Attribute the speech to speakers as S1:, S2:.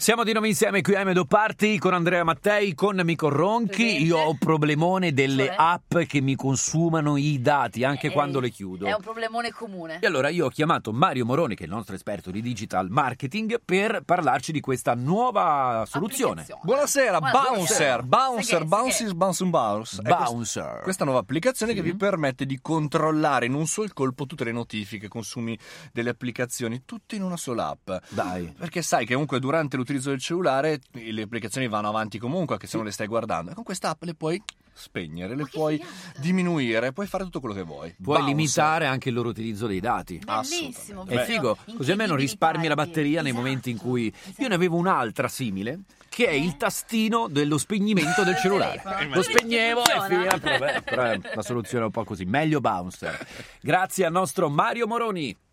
S1: Siamo di nuovo insieme qui a Medo Party con Andrea Mattei, con Mico Ronchi.
S2: Presente.
S1: Io ho un problemone delle
S2: Cioè?
S1: app che mi consumano i dati anche
S2: Eh,
S1: quando le chiudo.
S2: È un problemone comune.
S1: E allora io ho chiamato Mario Moroni, che è il nostro esperto di digital marketing, per parlarci di questa nuova soluzione.
S2: Applicazione.
S3: Buonasera,
S2: Buonasera.
S3: Bouncer,
S2: Sai
S3: Bouncer,
S2: che-
S3: Bounces,
S2: sai
S3: Bounce and Bounce. È Eh, quest-
S1: Bouncer.
S3: Questa nuova applicazione
S1: Sì.
S3: che vi permette di controllare in un sol colpo tutte le notifiche, consumi delle applicazioni, tutte in una sola app.
S1: Dai.
S3: Perché sai che comunque durante l'utilizzo del cellulare le applicazioni vanno avanti comunque, anche se non le stai guardando. E con questa app le puoi spegnere, le
S2: Ma che
S3: puoi
S2: figata.
S3: diminuire, puoi fare tutto quello che vuoi.
S1: Puoi
S3: Bouncer.
S1: limitare anche il loro utilizzo dei dati.
S2: Bellissimo.
S3: Assolutamente.
S1: È
S3: Beh,
S1: figo, così almeno risparmi la batteria nei momenti in cui.
S2: Esatto,
S1: Io ne avevo un'altra simile, che è il tastino dello spegnimento del
S2: Del
S1: cellulare.
S2: telefono.
S1: Lo spegnevo e
S2: Funziona.
S1: finiva. Però, beh, però è una soluzione un po' così. Meglio bouncer. Grazie al nostro Mario Moroni.